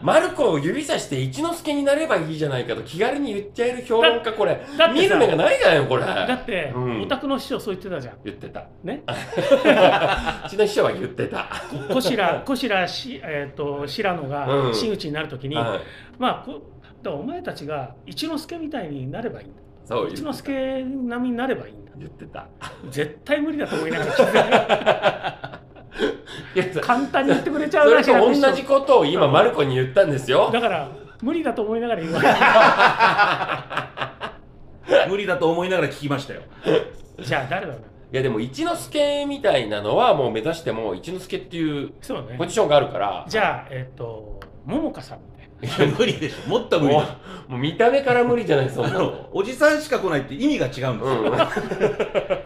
Speaker 2: な マルコを指さして一之輔になればいいじゃないかと気軽に言っちゃえる評論家これ
Speaker 3: だって
Speaker 2: 見
Speaker 3: さ
Speaker 2: る目がないじゃないよこれ
Speaker 3: だって、
Speaker 2: うん
Speaker 3: お宅の師匠そう言ってたじゃん
Speaker 2: 言ってた
Speaker 3: ね
Speaker 2: うちの秘書は言ってた、
Speaker 3: こしらこしらし、えー、と白野
Speaker 2: う
Speaker 3: が
Speaker 2: ん
Speaker 3: 真打ちになるときに、
Speaker 2: はい
Speaker 3: まあこだからお前たちが一之輔みたいになればいいんだ
Speaker 2: そう
Speaker 3: 一
Speaker 2: 言
Speaker 3: 之
Speaker 2: ってた
Speaker 3: 輔並みになればいいんだ
Speaker 2: 言ってた
Speaker 3: 絶対無理だと思いながら聞いてた
Speaker 2: いやさ
Speaker 3: 簡単に言ってくれちゃ
Speaker 2: そう
Speaker 3: ら
Speaker 2: れ
Speaker 3: しいな
Speaker 2: と同じことを今マルコに言ったんですよ
Speaker 3: だから無理だと思いながら言わ
Speaker 1: 無理だと思いながら聞きましたよ
Speaker 3: れ じゃあ誰だろうない
Speaker 2: やでも一之輔みたいなのはもう目指しても一之輔っていう
Speaker 3: そうね
Speaker 2: ポジションがあるから
Speaker 3: じゃあえっ、と桃香さんみたい
Speaker 1: いや無理でしょもっと無理
Speaker 2: も
Speaker 1: だ
Speaker 2: うもう見た目から無理じゃないそん
Speaker 1: あ
Speaker 2: な
Speaker 1: の
Speaker 2: の、
Speaker 1: おじさんしか来ないって意味が違うんですよ、
Speaker 2: うん、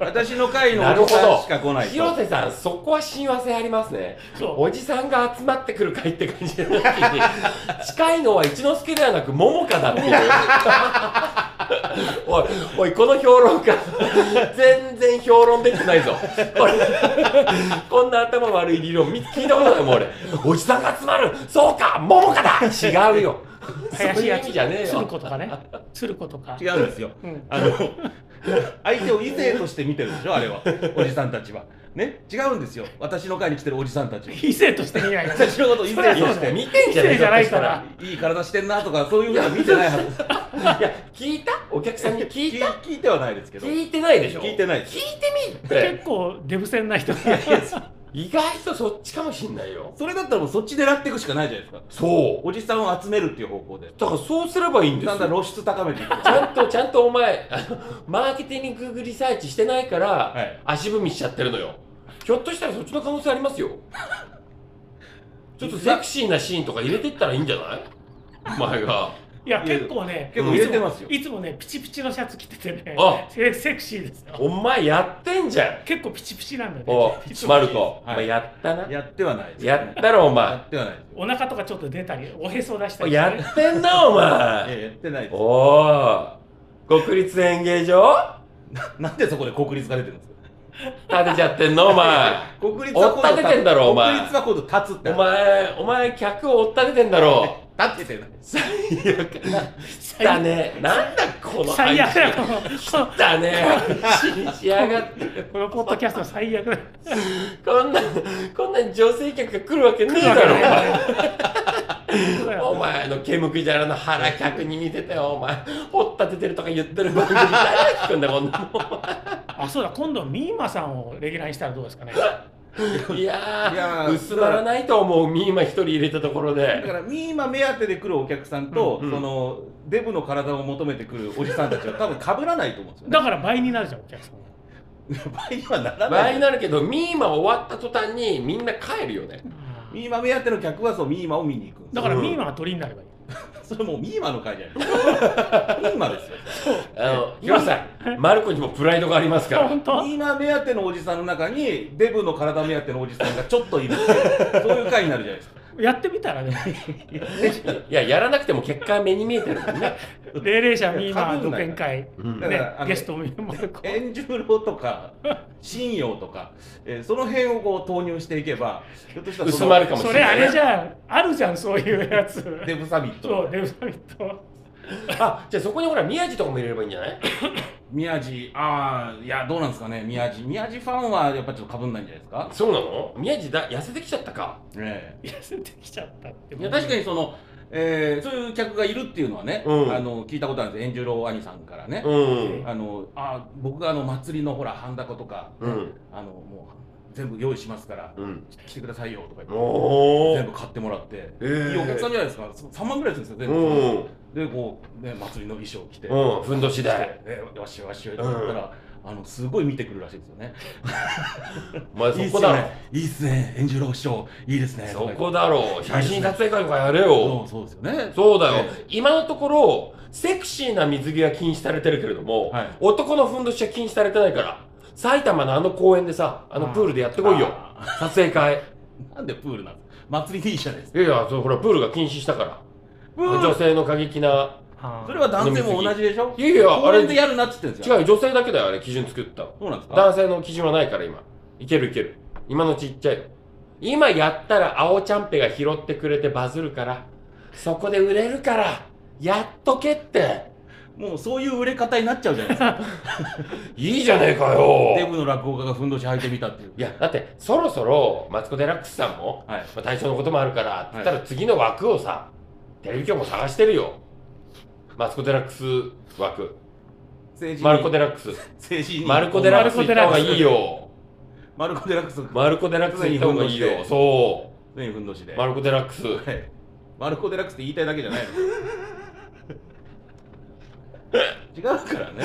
Speaker 1: 私の会
Speaker 2: な
Speaker 1: の
Speaker 2: る
Speaker 1: おじ
Speaker 2: ほ
Speaker 1: さん
Speaker 2: ど
Speaker 1: しか来ないと
Speaker 2: 広瀬さんそこは親和性ありますね
Speaker 3: そう
Speaker 2: おじさんが集まってくる会って感じの時に近いのは一之輔ではなく桃香だっていうおいおいこの評論家全然評論できてないぞこれこんな頭悪い理論み聞いたことないもん俺おじさんが集まるそうか桃香だ違うよ
Speaker 3: な
Speaker 2: そういう意味じゃねえ
Speaker 3: 鶴子
Speaker 2: よ
Speaker 3: とか ね鶴子とか
Speaker 1: 違うんですよ
Speaker 3: うん
Speaker 1: あの相手を異性として見てるでしょあれはおじさんたちはね違うんですよ私の会に来てるおじさんたちは
Speaker 3: 異性として見ない
Speaker 1: 私のことを異性と
Speaker 3: そりゃ
Speaker 1: し
Speaker 3: そうだ
Speaker 1: て
Speaker 3: よ
Speaker 2: 見てんじゃねえ
Speaker 3: じゃ
Speaker 2: か
Speaker 3: ないから
Speaker 1: いい体してんなとかそういうのは見てないはず
Speaker 2: いや聞いたお客さんに聞い
Speaker 1: 聞い
Speaker 2: た
Speaker 1: 聞いてはないですけど
Speaker 2: 聞いてないでしょ
Speaker 1: 聞いてないです
Speaker 2: 聞いてみって
Speaker 3: 結構デブ戦な人だ
Speaker 2: 意外とそっちかもしんないよ
Speaker 1: それだったらもうそっち狙っていくしかないじゃないですか
Speaker 2: そう
Speaker 1: おじさんを集めるっていう方向で
Speaker 2: だからそうすればいいんです
Speaker 1: だんだん
Speaker 2: よ
Speaker 1: 露出高めていく
Speaker 2: ちゃんとちゃんとお前あのマーケティングリサーチしてないから、
Speaker 1: い
Speaker 2: 足踏みしちゃってるのよひょっとしたらそっちの可能性ありますよちょっとセクシーなシーンとか入れてったらいいんじゃないお前が
Speaker 3: いや結構ね
Speaker 1: 結構入れてますよ
Speaker 3: いつもねピチピチのシャツ着ててね
Speaker 2: あ
Speaker 3: セセクシーですよ
Speaker 2: お前やってんじゃん
Speaker 3: 結構ピチピチなんだよ
Speaker 2: お
Speaker 3: ね
Speaker 2: マルコ、
Speaker 1: はい
Speaker 2: お前やったなや
Speaker 1: やってはないです
Speaker 2: ったろお
Speaker 1: や
Speaker 2: 前
Speaker 1: ってはないです
Speaker 3: お腹とかちょっと出たりおへそ出したりして
Speaker 2: やってんなお前
Speaker 1: いややってないです
Speaker 2: おお国立演芸場
Speaker 1: なんでそこで国立が出てるんですか
Speaker 2: 建てちゃってんのお前
Speaker 1: 国立は今
Speaker 2: 追っ立ててんだろお前
Speaker 1: 国立は今度立つって
Speaker 2: お前お前客を追っ立ててんだろ
Speaker 1: 立ててない
Speaker 2: 最悪だねなんだこの
Speaker 3: 最悪だこのこ
Speaker 2: だね信じやがって
Speaker 3: のこのポッドキャスト最悪だ
Speaker 2: こんなこんなに女性客が来るわけねえだろお前お前の煙くじゃらの腹客に見てたよお前ほったててるとか言ってる番組誰が聞くんだこんな
Speaker 3: あ そうだ今度ミーマさんをレギュラーにしたらどうですかね
Speaker 2: のいやー
Speaker 1: いやー
Speaker 2: 薄まらないと思うミーマ一人入れたところ
Speaker 1: だか
Speaker 2: で
Speaker 1: らミーマ目当てで来るお客さんと、
Speaker 2: うんうん
Speaker 1: そのデブの体を求めてくるおじさんた ちは多分被らないと思うんですよね
Speaker 3: だから倍になるじゃんお客さん
Speaker 1: 倍にはならな
Speaker 2: 倍
Speaker 1: い
Speaker 2: になるけどミーマ終わった途端にみんな帰るよね
Speaker 1: ミーマ目当ての客はそうミーマを見に行くんです
Speaker 3: だ
Speaker 1: よ
Speaker 3: からミーマが鳥になればいい
Speaker 1: それもうミーマの会 じゃないですかミーマですよ
Speaker 2: あの今さマルコにもプライドがありますから
Speaker 3: 本当
Speaker 1: ミーマ目当てのおじさんの中にデブの体目当てのおじさんがちょっといるっていうそういう会になるじゃないですか
Speaker 3: やってみたらね
Speaker 2: いややらなくても結果は目に見えてるもんね
Speaker 3: 霊霊者ミーマ
Speaker 1: 被ん
Speaker 3: 独
Speaker 1: ない
Speaker 3: 演会
Speaker 2: うん
Speaker 1: だか
Speaker 3: ね
Speaker 1: らあの
Speaker 3: ゲストもマルコ
Speaker 1: 円十郎とか信用とか、えーその辺をこう投入していけばひょっとしたらそ
Speaker 2: 薄
Speaker 1: の
Speaker 2: まるかもし
Speaker 3: そ
Speaker 2: れ
Speaker 3: れ
Speaker 2: な
Speaker 3: あ
Speaker 2: いね
Speaker 3: れじゃんあるじゃんそういうやつ
Speaker 1: デブサミッ
Speaker 3: そ
Speaker 1: ト
Speaker 3: うデブサミット
Speaker 2: あ じゃあそこにほら宮地とかも入れればいいんじゃない
Speaker 1: 宮地ああいやどうなんですかね宮地宮地ファンはやっぱちょっとかぶんないんじゃないですか、
Speaker 2: そうなの宮地だ痩せてきちゃったか
Speaker 1: ええ
Speaker 3: 痩せてきちゃったって
Speaker 1: いや確かにその、えーそういう客がいるっていうのはね、
Speaker 2: うん
Speaker 1: あの聞いたことあるんです円十郎兄さんからね、
Speaker 2: うん
Speaker 1: あのあ僕があの祭りのほら半ダコとか、
Speaker 2: うん
Speaker 1: あのもう全部用意しますから
Speaker 2: うん
Speaker 1: 来てくださいよとか言って
Speaker 2: おお
Speaker 1: 全部買ってもらって、
Speaker 2: えー
Speaker 1: いいお客さんじゃないですかそ3万ぐらいするんです
Speaker 2: う
Speaker 1: よ全部、
Speaker 2: ん
Speaker 1: でこう、ね、祭りの衣装着て、
Speaker 2: うんふんどしで
Speaker 1: でわしわしわしと思ったら、あのすごい見てくるらしいですよね。
Speaker 2: お前
Speaker 1: いいっ
Speaker 2: そ
Speaker 1: す
Speaker 2: こだろ
Speaker 1: ね。いいっすね。円十郎師匠、いいですね。と
Speaker 2: そ
Speaker 1: か言
Speaker 2: こ
Speaker 1: って
Speaker 2: だろ写真撮影会とかやれよ
Speaker 1: そうそうですよね。
Speaker 2: そうだよ
Speaker 1: え
Speaker 2: 今のところセクシーな水着は禁止されてるけれども
Speaker 1: はい
Speaker 2: 男のふんどしは禁止されてないから埼玉のあの公園でさあのプールでやってこいよ
Speaker 1: あ
Speaker 2: 撮影会
Speaker 1: ーなんでプールなんですか。祭り T 社です。
Speaker 2: いやいやそうほらプールが禁止したから
Speaker 1: プー
Speaker 2: 女
Speaker 1: ル。
Speaker 2: 性の過激な
Speaker 1: それは男性も同じでしょ。
Speaker 2: いやいやあ
Speaker 1: 公
Speaker 2: れ
Speaker 1: 園
Speaker 2: 違
Speaker 1: で
Speaker 2: う
Speaker 1: やるなっつってんですよ。違う。
Speaker 2: 女性だけだよあれ基準作ったの
Speaker 1: そうなんですか。
Speaker 2: 男性の基準はないから今いけるいける今のちっちゃいよ今やったら青ちゃんぺが拾ってくれてバズるからそこで売れるからやっとけって
Speaker 1: もうそういう売れ方になっちゃうじゃないですか。
Speaker 2: いいじゃねえか
Speaker 1: デ
Speaker 2: よ
Speaker 1: ブの落語家がふんどし履いてみたっていう。
Speaker 2: いやだってそろそろマツコ・デラックスさんも、
Speaker 1: はい。
Speaker 2: まあ、対象のこともあるからって言ったら次の枠をさテレビ局も探してるよマツコ・デラックス枠
Speaker 1: 政治に。
Speaker 2: マルコ・デラックス
Speaker 1: 政治に。
Speaker 2: マルコ・デラックス行った方がいいよ
Speaker 1: マルコデラックス。
Speaker 2: マルコ・デラックス行った方がいいよそ
Speaker 1: 常にふんどしで。
Speaker 2: うマルコ・デラックス
Speaker 1: はいマルコ・デラックスって言いたいだけじゃないの 違うからね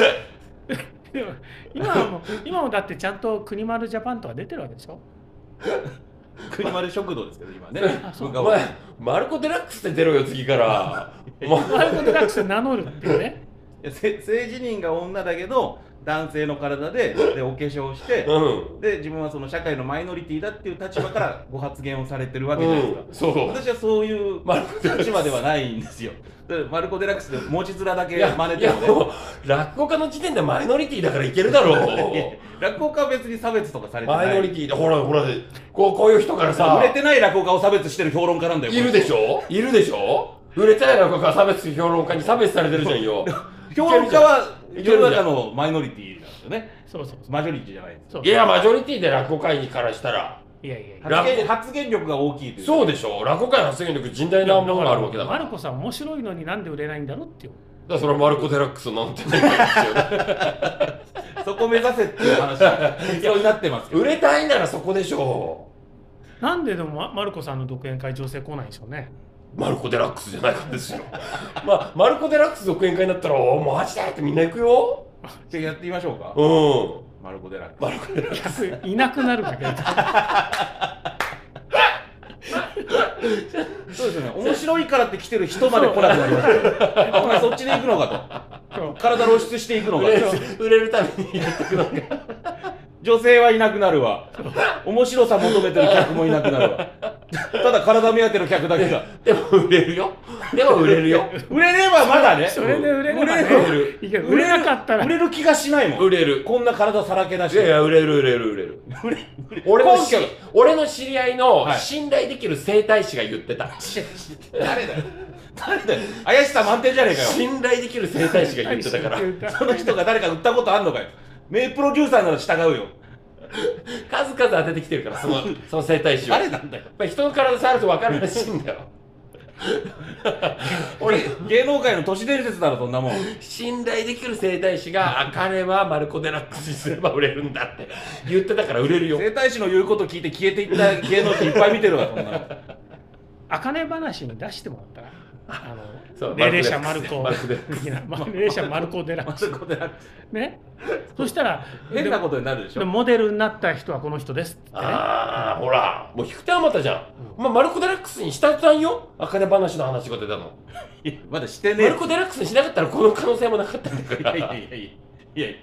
Speaker 3: でも今はもう今もだってちゃんと国丸ジャパンとか出てるわけでしょ
Speaker 1: 国丸食堂ですけど今ね
Speaker 3: あそう
Speaker 1: 僕
Speaker 2: お
Speaker 1: は
Speaker 2: 前マルコ・デラックスって出ろよ次 からもう
Speaker 3: マルコ・デラックス名乗るっていうね
Speaker 1: いやせ性自認が女だけど男性の体ででお化粧して
Speaker 2: うん
Speaker 1: で自分はその社会のマイノリティだっていう立場からご発言をされてるわけじゃないですか
Speaker 2: うん、そう
Speaker 1: 私はそういう
Speaker 2: マルコ・デラックス
Speaker 1: 立場ではないん ですよだからマルコ・デラックスで文字面だ
Speaker 2: い
Speaker 1: け
Speaker 2: や
Speaker 1: 真似
Speaker 2: い
Speaker 1: て
Speaker 2: や
Speaker 1: もね
Speaker 2: もう落語家の時点でマイノリティだからいけるだ
Speaker 1: いや
Speaker 2: ろ
Speaker 1: 落語家は別に差別とかされ
Speaker 2: う
Speaker 1: てな
Speaker 2: マイノリ
Speaker 1: い
Speaker 2: ティでほらほらこうこういう人からさ
Speaker 1: 売れてない落語家を差別してる評論家なんだよ
Speaker 2: いるでしょいるでしょ売れてない落語家は差別評論家に差別されてるじゃん よ
Speaker 1: 評論家は世の
Speaker 2: いけるじゃ
Speaker 1: 中
Speaker 2: ん
Speaker 1: のマイノリティなんですよね。
Speaker 3: そうそうそう
Speaker 1: マジョリティじゃないです。
Speaker 3: そう
Speaker 2: いやマジョリティで落語界からしたら
Speaker 3: いやいやい
Speaker 1: 発言
Speaker 2: 落語
Speaker 3: や
Speaker 1: 発言力が大きいという。
Speaker 2: そう
Speaker 1: で
Speaker 2: でしょ落語界の発言力甚大なものがあるわけだから
Speaker 3: マルコさん面白いのになんで売れないんだろうっていう
Speaker 2: だからそれはマルコ・デラックスなんて言うんですよね
Speaker 1: す。そこ目指せって いう話が必要になってますけど。
Speaker 2: 売れたいならそこでしょ
Speaker 3: なんででもママルコさんの独演会女性来ないんでしょうね
Speaker 2: マルコ・デラックスじゃないからですよ まあマルコ・デラックス独演会になったらおーマジだってみんな行くよ
Speaker 1: じゃあやってみましょうか。
Speaker 2: う
Speaker 1: マルコ・デラック
Speaker 2: んマルコ・デラック
Speaker 3: 客いなくなるだけ
Speaker 1: ス。そうですよね。面白いからって来てる人まで来なくなりましたよ。あお前そっちで行くのかと。体露出していくのかと。
Speaker 2: ス売れるためにやってくのか
Speaker 1: 女性はいなくなるわ。面白さ求めてる客もいなくなるわ。ただ体目当ての客だけが
Speaker 2: でも売れるよ。でも売れるよ。
Speaker 1: 売れればまだね
Speaker 3: それで売れれば
Speaker 2: 売れ
Speaker 3: ね
Speaker 2: る。
Speaker 3: いや売れなかったら
Speaker 1: 売れる気がしないもん
Speaker 2: 売れる。
Speaker 1: こんな体さらけ出し
Speaker 2: いやい
Speaker 1: て
Speaker 2: や、売れる売れる売れる。俺の
Speaker 1: 根
Speaker 2: し
Speaker 1: 拠が
Speaker 2: 俺の知り合いの
Speaker 1: はい
Speaker 2: 信頼できる整体師が言ってた。
Speaker 1: 誰だよ誰だよ怪しさ満点じゃねえかよ
Speaker 2: 信頼できる整体師が言ってた から。
Speaker 1: その人が誰か売ったことあんのかよ名プロデューサーなら従うよ
Speaker 2: 数々当ててきてるから、そのその整体師は。
Speaker 1: 誰
Speaker 2: やっ
Speaker 1: なんだよ
Speaker 2: ぱり人の体触ると分かるらしいん だよ。
Speaker 1: 俺芸能界の都市伝説だろそんなもん
Speaker 2: 信頼できる整体師が、あ彼はマルコ・デラックスにすれば売れるんだって言ってたから売れるよ。
Speaker 1: 整体師の言うこと聞いて消えていった芸能人いっぱい見てるわそんなの
Speaker 3: あかね話に出してもらったらあ
Speaker 2: そう
Speaker 3: の霊霊者マルコ
Speaker 2: マルコデラックス
Speaker 3: 的なま霊霊者マルコ・デラックス
Speaker 1: そこでなんか
Speaker 3: ねそしたら
Speaker 1: 変なことになるでし
Speaker 3: で
Speaker 1: ょ
Speaker 3: モデルになった人はこの人ですってね
Speaker 2: ああ、ほら、もう引く手あまたじゃん。まあ、マルコ・デラックスにしたたんよ。あかね話の話が出たの。
Speaker 1: いやまだしてね
Speaker 2: マ
Speaker 1: え
Speaker 2: ルコ・デラックスにしなかったらこの可能性もなかったんだ
Speaker 1: い
Speaker 2: か
Speaker 1: やいや
Speaker 2: ら。
Speaker 1: いやいやいや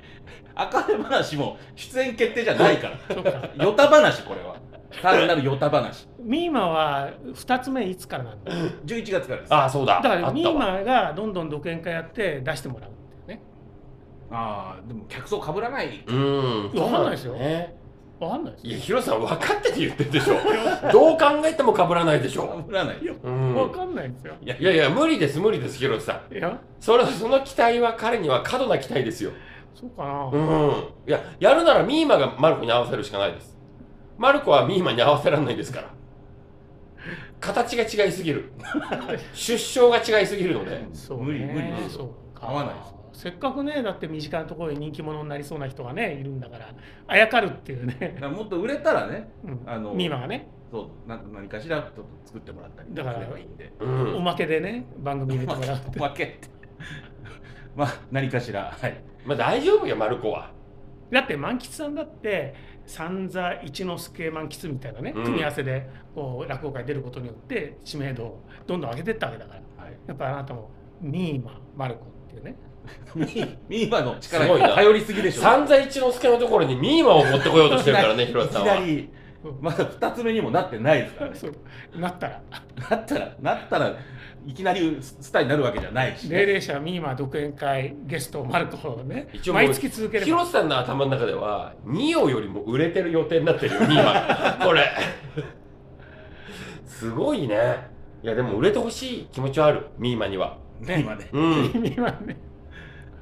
Speaker 1: あかね話も出演決定じゃないか
Speaker 3: そうから
Speaker 1: ヨタ話これは単なるヨタ話
Speaker 3: ミーマは2つ目いつからなんだ
Speaker 1: 11月からです
Speaker 2: ああ、そうだ。
Speaker 3: だから
Speaker 2: あっ
Speaker 3: ミ
Speaker 2: た
Speaker 3: ー
Speaker 2: わ
Speaker 3: マがどんどん独演会やって出してもらうってね
Speaker 1: ああでも客層被らないう
Speaker 2: ーん。
Speaker 3: わかんないですよ
Speaker 2: そうだね
Speaker 3: わかんないです
Speaker 2: い
Speaker 3: よ
Speaker 2: や、ヒロさん分かってて言ってるでしょ。どう考えても被らないでしょ。
Speaker 1: 被らないよ
Speaker 2: うん。
Speaker 3: わかんないですよ
Speaker 1: いや
Speaker 2: いやいや、無理です、無理です、ヒロさん。
Speaker 3: いや
Speaker 2: それその期待は彼には過度な期待ですよ。
Speaker 3: そうかな、
Speaker 2: うん。いや、やるならミーマがマルコに合わせるしかないです。マルコはミーマに合わせられないですから。形が違いすぎる。 出生が違いすぎるので。
Speaker 3: そうね
Speaker 1: 無理無理ですよ
Speaker 3: そうか
Speaker 1: 合わないです
Speaker 3: せっかくねだって身近なところに人気者になりそうな人がねいるんだからあやかるっていう
Speaker 1: だ
Speaker 3: ね、
Speaker 1: からもっと売れたらね
Speaker 3: うん
Speaker 1: あの
Speaker 3: ミーマがね
Speaker 1: そうな何かしらちょっと作ってもらったりすれ
Speaker 3: だから
Speaker 1: ばいいんで
Speaker 2: う
Speaker 3: お
Speaker 2: ん。
Speaker 3: まけでね番組入れてもらうって
Speaker 1: おまけってまあ何かしらはい
Speaker 2: まあ大丈夫よ、マルコは。
Speaker 3: だって満喫さんだって三座一之助満喫みたいなね
Speaker 2: うん
Speaker 3: 組み合わせでこう落語会出ることによって知名度をどんどん上げてったわけだから
Speaker 1: はい
Speaker 3: やっぱあなたもミーママルコっ ていうね
Speaker 1: ミーミーマの力
Speaker 2: すごいな
Speaker 1: 頼りすぎでしょ
Speaker 2: 三座一之助のところにミーマを持ってこようとしてるからね、ヒロさん
Speaker 1: いきな
Speaker 2: は。
Speaker 1: りまだ2つ目にもなってないですからね
Speaker 3: そうなったら
Speaker 1: なったらなったらいきなりススターになるわけじゃないし、
Speaker 3: 霊霊者ミーマ独演会ゲストマルコをね
Speaker 2: 一応もう
Speaker 3: 毎月続けれ
Speaker 2: ヒ
Speaker 3: ば
Speaker 2: ロさんの頭の中では、ニオよりも売れてる予定にな ってるよ、ミーマが。これ。すごいね。いや、でも売れてほしい気持ちはある、ミーマには。
Speaker 1: ね今ね
Speaker 2: うん。
Speaker 3: ミーマね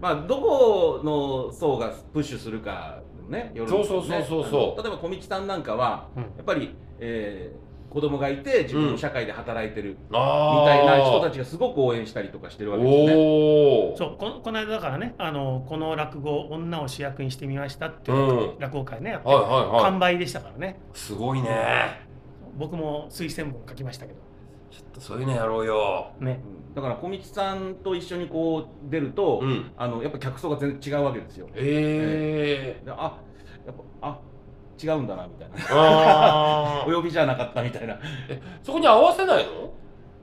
Speaker 1: まあどこの層がプッシュするかねよるんですよね
Speaker 2: そうそうそうそうそう
Speaker 1: あの例えば小道さんなんかは
Speaker 3: うん
Speaker 1: やっぱり、えー子供がいて自分の社会で働いてるみ
Speaker 2: ああ。
Speaker 1: たいな人たちがすごく応援したりとかしてるわけですね
Speaker 2: おお。
Speaker 3: そうこのこの間だからねあのこの落語女を主役にしてみましたっていううん落語会ねやって
Speaker 2: はいはいは
Speaker 3: 完売でしたからね
Speaker 2: い。すごいね。
Speaker 3: 僕も推薦文書きましたけど
Speaker 2: ちょっとそういうのやろうよ。
Speaker 3: ね
Speaker 1: うんだから小道さんと一緒にこう出ると、
Speaker 2: うん。
Speaker 1: あのやっぱ客層が全然違うわけですよ
Speaker 2: ええ
Speaker 1: であやっぱあ違うんだなみたいな
Speaker 2: あ
Speaker 1: お
Speaker 2: あ。
Speaker 1: 呼びじゃなかったみたいな
Speaker 2: そこに合わせないの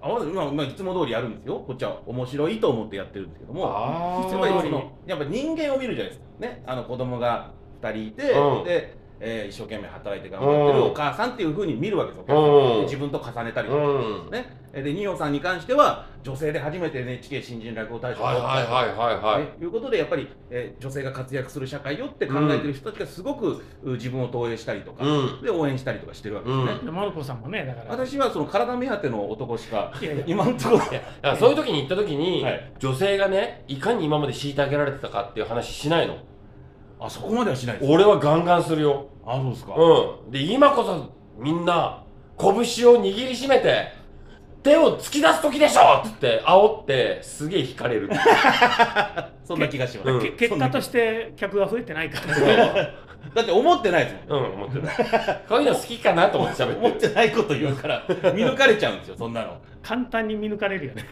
Speaker 1: あまずまあまあいつも通りやるんですよこっちは面白いと思ってやってるんですけども
Speaker 2: あ
Speaker 1: い
Speaker 2: ー
Speaker 1: つも通りのやっぱ人間を見るじゃないですかねあの子供が2人いて、
Speaker 2: うん
Speaker 1: で、えー一生懸命働いて頑張ってる
Speaker 2: うん
Speaker 1: お母さんっていうふうに見るわけですよ、
Speaker 2: うん
Speaker 1: で自分と重ねたりとか、
Speaker 2: うん。
Speaker 1: ねえで二葉さんに関しては女性で初めて NHK 新人落語大賞を
Speaker 2: はい
Speaker 1: 取
Speaker 2: は
Speaker 1: っ
Speaker 2: い
Speaker 1: た
Speaker 2: はいはいはい。
Speaker 1: ということでやっぱり、えー女性が活躍する社会よって考えてる人たちがすごく、う自分を投影したりとか、
Speaker 2: うん。
Speaker 1: で応援したりとかしてるわけですね、
Speaker 2: う
Speaker 3: でマルコさんもねだから
Speaker 1: 私はその体目当ての男しか
Speaker 3: いやいや
Speaker 1: 今のところ
Speaker 2: いやだからそういう時に行った時に、
Speaker 1: はい
Speaker 2: 女性がねいかに今まで虐げられてたかっていう話しないの
Speaker 1: あそこまではしないです
Speaker 2: 俺はガンガンするよ
Speaker 1: あそうですか、
Speaker 2: うんで今こそみんな拳を握りしめて手を突き出す時でしょっつって煽ってすげえ惹 かれる
Speaker 1: そんな気がします、
Speaker 2: うん
Speaker 3: け結果として客が増えてないから、
Speaker 1: だって思ってないですもん
Speaker 2: うん思ってないこういうの好きかなと思って喋って
Speaker 1: 思
Speaker 2: る
Speaker 1: ってないこと言う から見抜かれちゃうんですよそんなの
Speaker 3: 簡単に見抜かれるよ ね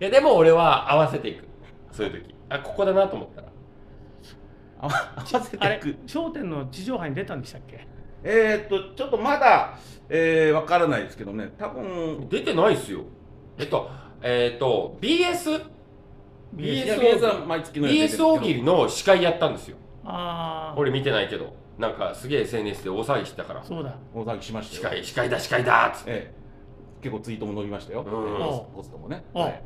Speaker 2: いやでも俺は合わせていくそういう時あここだなと思ったら
Speaker 1: 合わ合わせ
Speaker 3: あ
Speaker 1: て
Speaker 3: れ
Speaker 1: いく
Speaker 3: 『笑点』の地上波に出たんでしたっけ
Speaker 1: えー、っとちょっとまだえー、わからないですけどね多分
Speaker 2: 出てないっすよえっとえっと BS
Speaker 1: い
Speaker 2: BS
Speaker 1: や BS は毎月のやつ
Speaker 2: BS 大喜利の司会やったんですよ
Speaker 3: ああ
Speaker 2: 俺見てないけどなんかすげえ SNS で大騒ぎしてたから
Speaker 3: そうだ
Speaker 1: 大騒ぎしまし
Speaker 2: 司
Speaker 1: たよ
Speaker 2: 会司会だ司会だっつって
Speaker 1: ええ結構ツイートも伸びましたよ、
Speaker 2: ん
Speaker 1: ポストもね、
Speaker 3: うん
Speaker 1: はい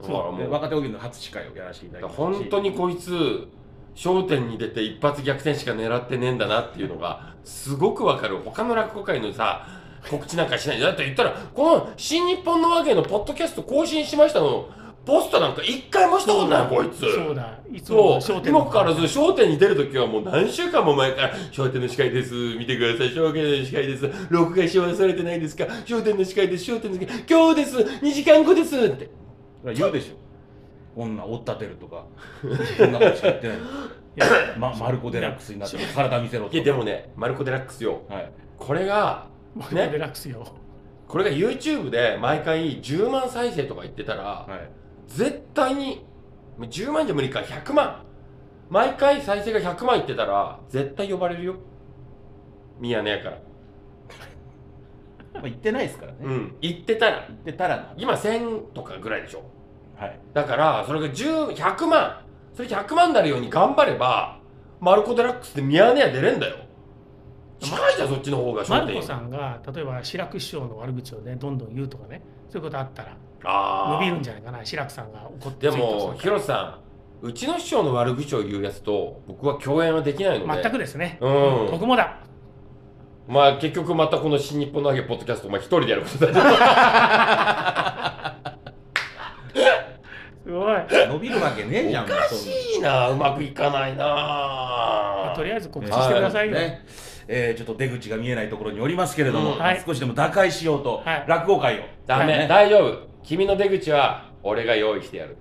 Speaker 2: そうだから
Speaker 1: で
Speaker 2: もう
Speaker 1: 若手大喜利の初司会をやらせていただきましたし
Speaker 2: 本当にこいつ焦点に出て一発逆転しか狙ってねえんだなっていうのがすごくわかる他の落語界のさ告知なんかしないだって言ったらこの「新日本の和芸」のポッドキャスト更新しましたのポストなんか一回もしたことないこいつ
Speaker 3: そうだいつも
Speaker 2: そ
Speaker 3: の
Speaker 2: う
Speaker 3: 焦点
Speaker 2: にもかかわらず『笑点』に出るときはもう何週間も前から『笑点』の司会です見てください『笑点』の司会です録画し忘れてないですか『笑点』の司会です『笑点』の司会今日です2時間後ですって
Speaker 1: 言うでしょこんな追っ立てるとかこんなことしか言って ない
Speaker 3: いや
Speaker 1: ま、マルコ・デラックスになって体見せろと
Speaker 2: いやでもね「マルコ・デラックスよ」
Speaker 1: はい、
Speaker 2: これが
Speaker 3: もう
Speaker 2: ね
Speaker 3: リラックスよ
Speaker 2: これが YouTube で毎回10万再生とか言ってたら、
Speaker 1: はい、
Speaker 2: 絶対にもう10万じゃ無理か100万毎回再生が100万いってたら絶対呼ばれるよミヤネ屋から
Speaker 1: まあ言ってないですからね、
Speaker 2: うん言ってたら
Speaker 1: 言ってたらな
Speaker 2: 今1000とかぐらいでしょ
Speaker 1: はい
Speaker 2: だからそれが10 100万それ100万になるように頑張ればマルコ・デラックスでミヤネ屋出れんだよ近いじゃんそっちの方が
Speaker 3: マ
Speaker 2: 商
Speaker 3: ル
Speaker 2: 店
Speaker 3: コさんが例えば志らく師匠の悪口をねどんどん言うとかねそういうことあったら
Speaker 2: あ
Speaker 3: 伸
Speaker 2: ー
Speaker 3: びるんじゃないかな志らくさんが怒って
Speaker 2: でも、
Speaker 3: ツイートする
Speaker 2: ヒロさん、うちの師匠の悪口を言うやつと、僕は共演はできないの
Speaker 3: から
Speaker 2: で、
Speaker 3: 全くですね、
Speaker 2: うん
Speaker 3: 僕もだ
Speaker 2: まあ、結局またこの新日本の揚げポッドキャスト、お前一人でやることだよ。
Speaker 3: すごい
Speaker 1: 伸びるわけねえじゃん
Speaker 2: おかしいな、うまくいかない
Speaker 3: まあ
Speaker 2: な。
Speaker 3: とりあえず告知してくださいよ、
Speaker 1: ねえーちょっと出口が見えないところにおりますけれども、
Speaker 2: うん
Speaker 3: はい
Speaker 1: 少しでも打開しようと、
Speaker 3: はい
Speaker 1: 落語会を
Speaker 2: ダメ、
Speaker 1: ね
Speaker 2: 大丈夫。君の出口は俺が用意してやる。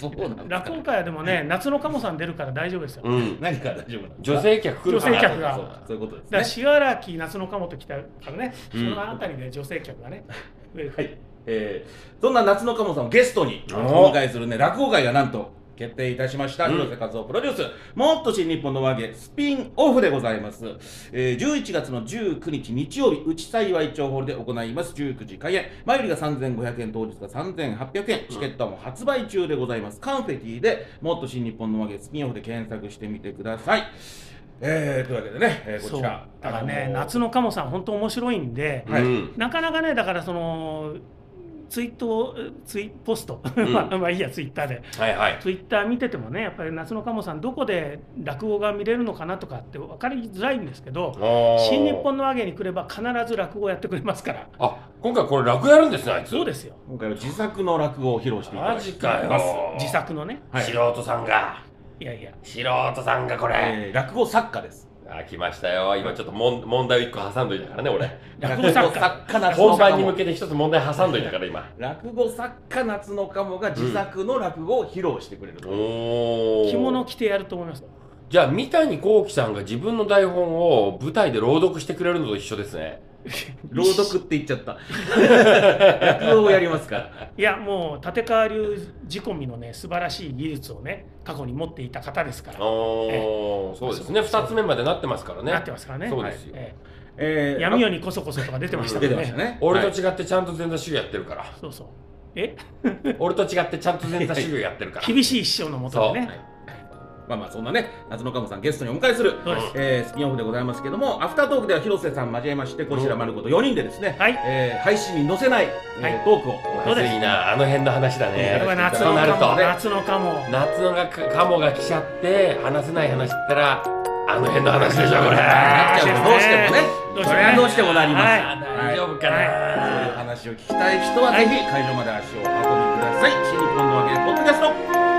Speaker 1: どうなんです
Speaker 3: 落
Speaker 1: か
Speaker 3: 語界はでもね夏の鴨さん出るから大丈夫ですよ、
Speaker 2: うん。
Speaker 1: 何か大丈夫なんですか
Speaker 2: 女性客来るかな
Speaker 3: 女性客が
Speaker 1: そうそういうことです
Speaker 3: だから
Speaker 1: ね
Speaker 3: 信楽、夏の鴨と来たからね、
Speaker 2: うん
Speaker 3: そのあたりで女性客がね、増える
Speaker 1: はい、えーそんな夏の鴨さんをゲストに
Speaker 2: お
Speaker 1: お迎えするね落語会がなんと決定いたしました、
Speaker 2: うん
Speaker 1: 広瀬和夫プロデュースもっと新日本の和芸スピンオフでございます、えー11月の19日日曜日内幸町ホールで行います19時開演前売りが3500円当日が3800円チケットはもう発売中でございます、カンフェティでもっと新日本の和芸スピンオフで検索してみてくださいえー、というわけでね、えーこ
Speaker 3: そう
Speaker 1: ちら
Speaker 3: だからね、
Speaker 1: あのー
Speaker 3: 夏の鴨さん、本当面白いんで、
Speaker 1: はい
Speaker 2: うん。
Speaker 3: なかなかね、だからその、ツイート、ツイポスト、
Speaker 2: ん
Speaker 3: まあまあいいや、ツイッターで、
Speaker 2: はいはい。
Speaker 3: ツイッター見ててもね、やっぱり夏の鴨さん、どこで落語が見れるのかなとかって分かりづらいんですけど、
Speaker 2: おー
Speaker 3: 新日本の和芸に来れば、必ず落語やってくれますから、
Speaker 2: あ、今回これ楽やるんですね、あいつ。
Speaker 3: そうですよ、
Speaker 1: 今回は自作の落語を披露していただ
Speaker 2: マ
Speaker 1: き
Speaker 2: ジか
Speaker 1: ま
Speaker 2: よ
Speaker 1: す。
Speaker 3: 自作のね、
Speaker 1: はい
Speaker 2: 素人さんが、
Speaker 3: いやいや、
Speaker 2: 素人さんがこれ。
Speaker 1: えー落語作家です。
Speaker 2: あ来ましたよ今ちょっともん問題を1個挟んどいたからね俺
Speaker 3: 落語作家
Speaker 1: 家夏の
Speaker 2: 本番に
Speaker 1: 鴨
Speaker 2: 向けて一つ問題挟んどいたから今
Speaker 1: 落語作家夏の鴨が自作の落語を披露してくれると、
Speaker 2: お
Speaker 3: 着物着てやると思いますよ。
Speaker 2: じゃあ三谷幸喜さんが自分の台本を舞台で朗読してくれるのと一緒ですね
Speaker 1: 朗読って言っちゃ った落語をやりますから
Speaker 3: いやもう立川流仕込みのね素晴らしい技術をね過去に持っていた方ですから、
Speaker 2: おーそうですね二つ目までなってますからね
Speaker 3: なってますからね
Speaker 2: そうですよ、
Speaker 1: え
Speaker 3: ええ
Speaker 1: ー
Speaker 3: 闇夜にこそこそとか出てましたも
Speaker 1: 出
Speaker 3: ん
Speaker 1: て
Speaker 3: ね,、
Speaker 1: ましたね
Speaker 2: 俺
Speaker 1: はい
Speaker 2: と違ってちゃんと前座主義やってるから、
Speaker 3: そうそうえ
Speaker 2: 俺と違ってちゃんと前座主義やってるから
Speaker 3: 厳しい師匠のもとでね
Speaker 1: まあまあそんなね夏の鴨さんゲストにお迎えする
Speaker 3: そうです
Speaker 1: えースピンオフでございますけどもアフタートークでは広瀬さん交えましてこちら丸子と4人でですね、
Speaker 3: はい
Speaker 1: えー配信に載せない、えー
Speaker 3: はい
Speaker 1: トークを
Speaker 2: ま
Speaker 3: そう
Speaker 2: ず
Speaker 3: です
Speaker 2: いなあの辺の話だね
Speaker 3: やっぱ夏
Speaker 2: そう
Speaker 3: の
Speaker 2: なる
Speaker 3: かも
Speaker 2: と
Speaker 3: 夏のかも
Speaker 2: 夏のがカモが来ちゃって話せない話って言ったらあの辺の話でしょこれ
Speaker 1: なっちゃうどうしてもね
Speaker 3: どうしてもね
Speaker 1: それはどうしてもなります、
Speaker 3: は
Speaker 2: 大丈夫かな、
Speaker 1: そういう話を聞きたい人はぜひ会場まで足をお運びください。新日本のわけでポッドキャスト。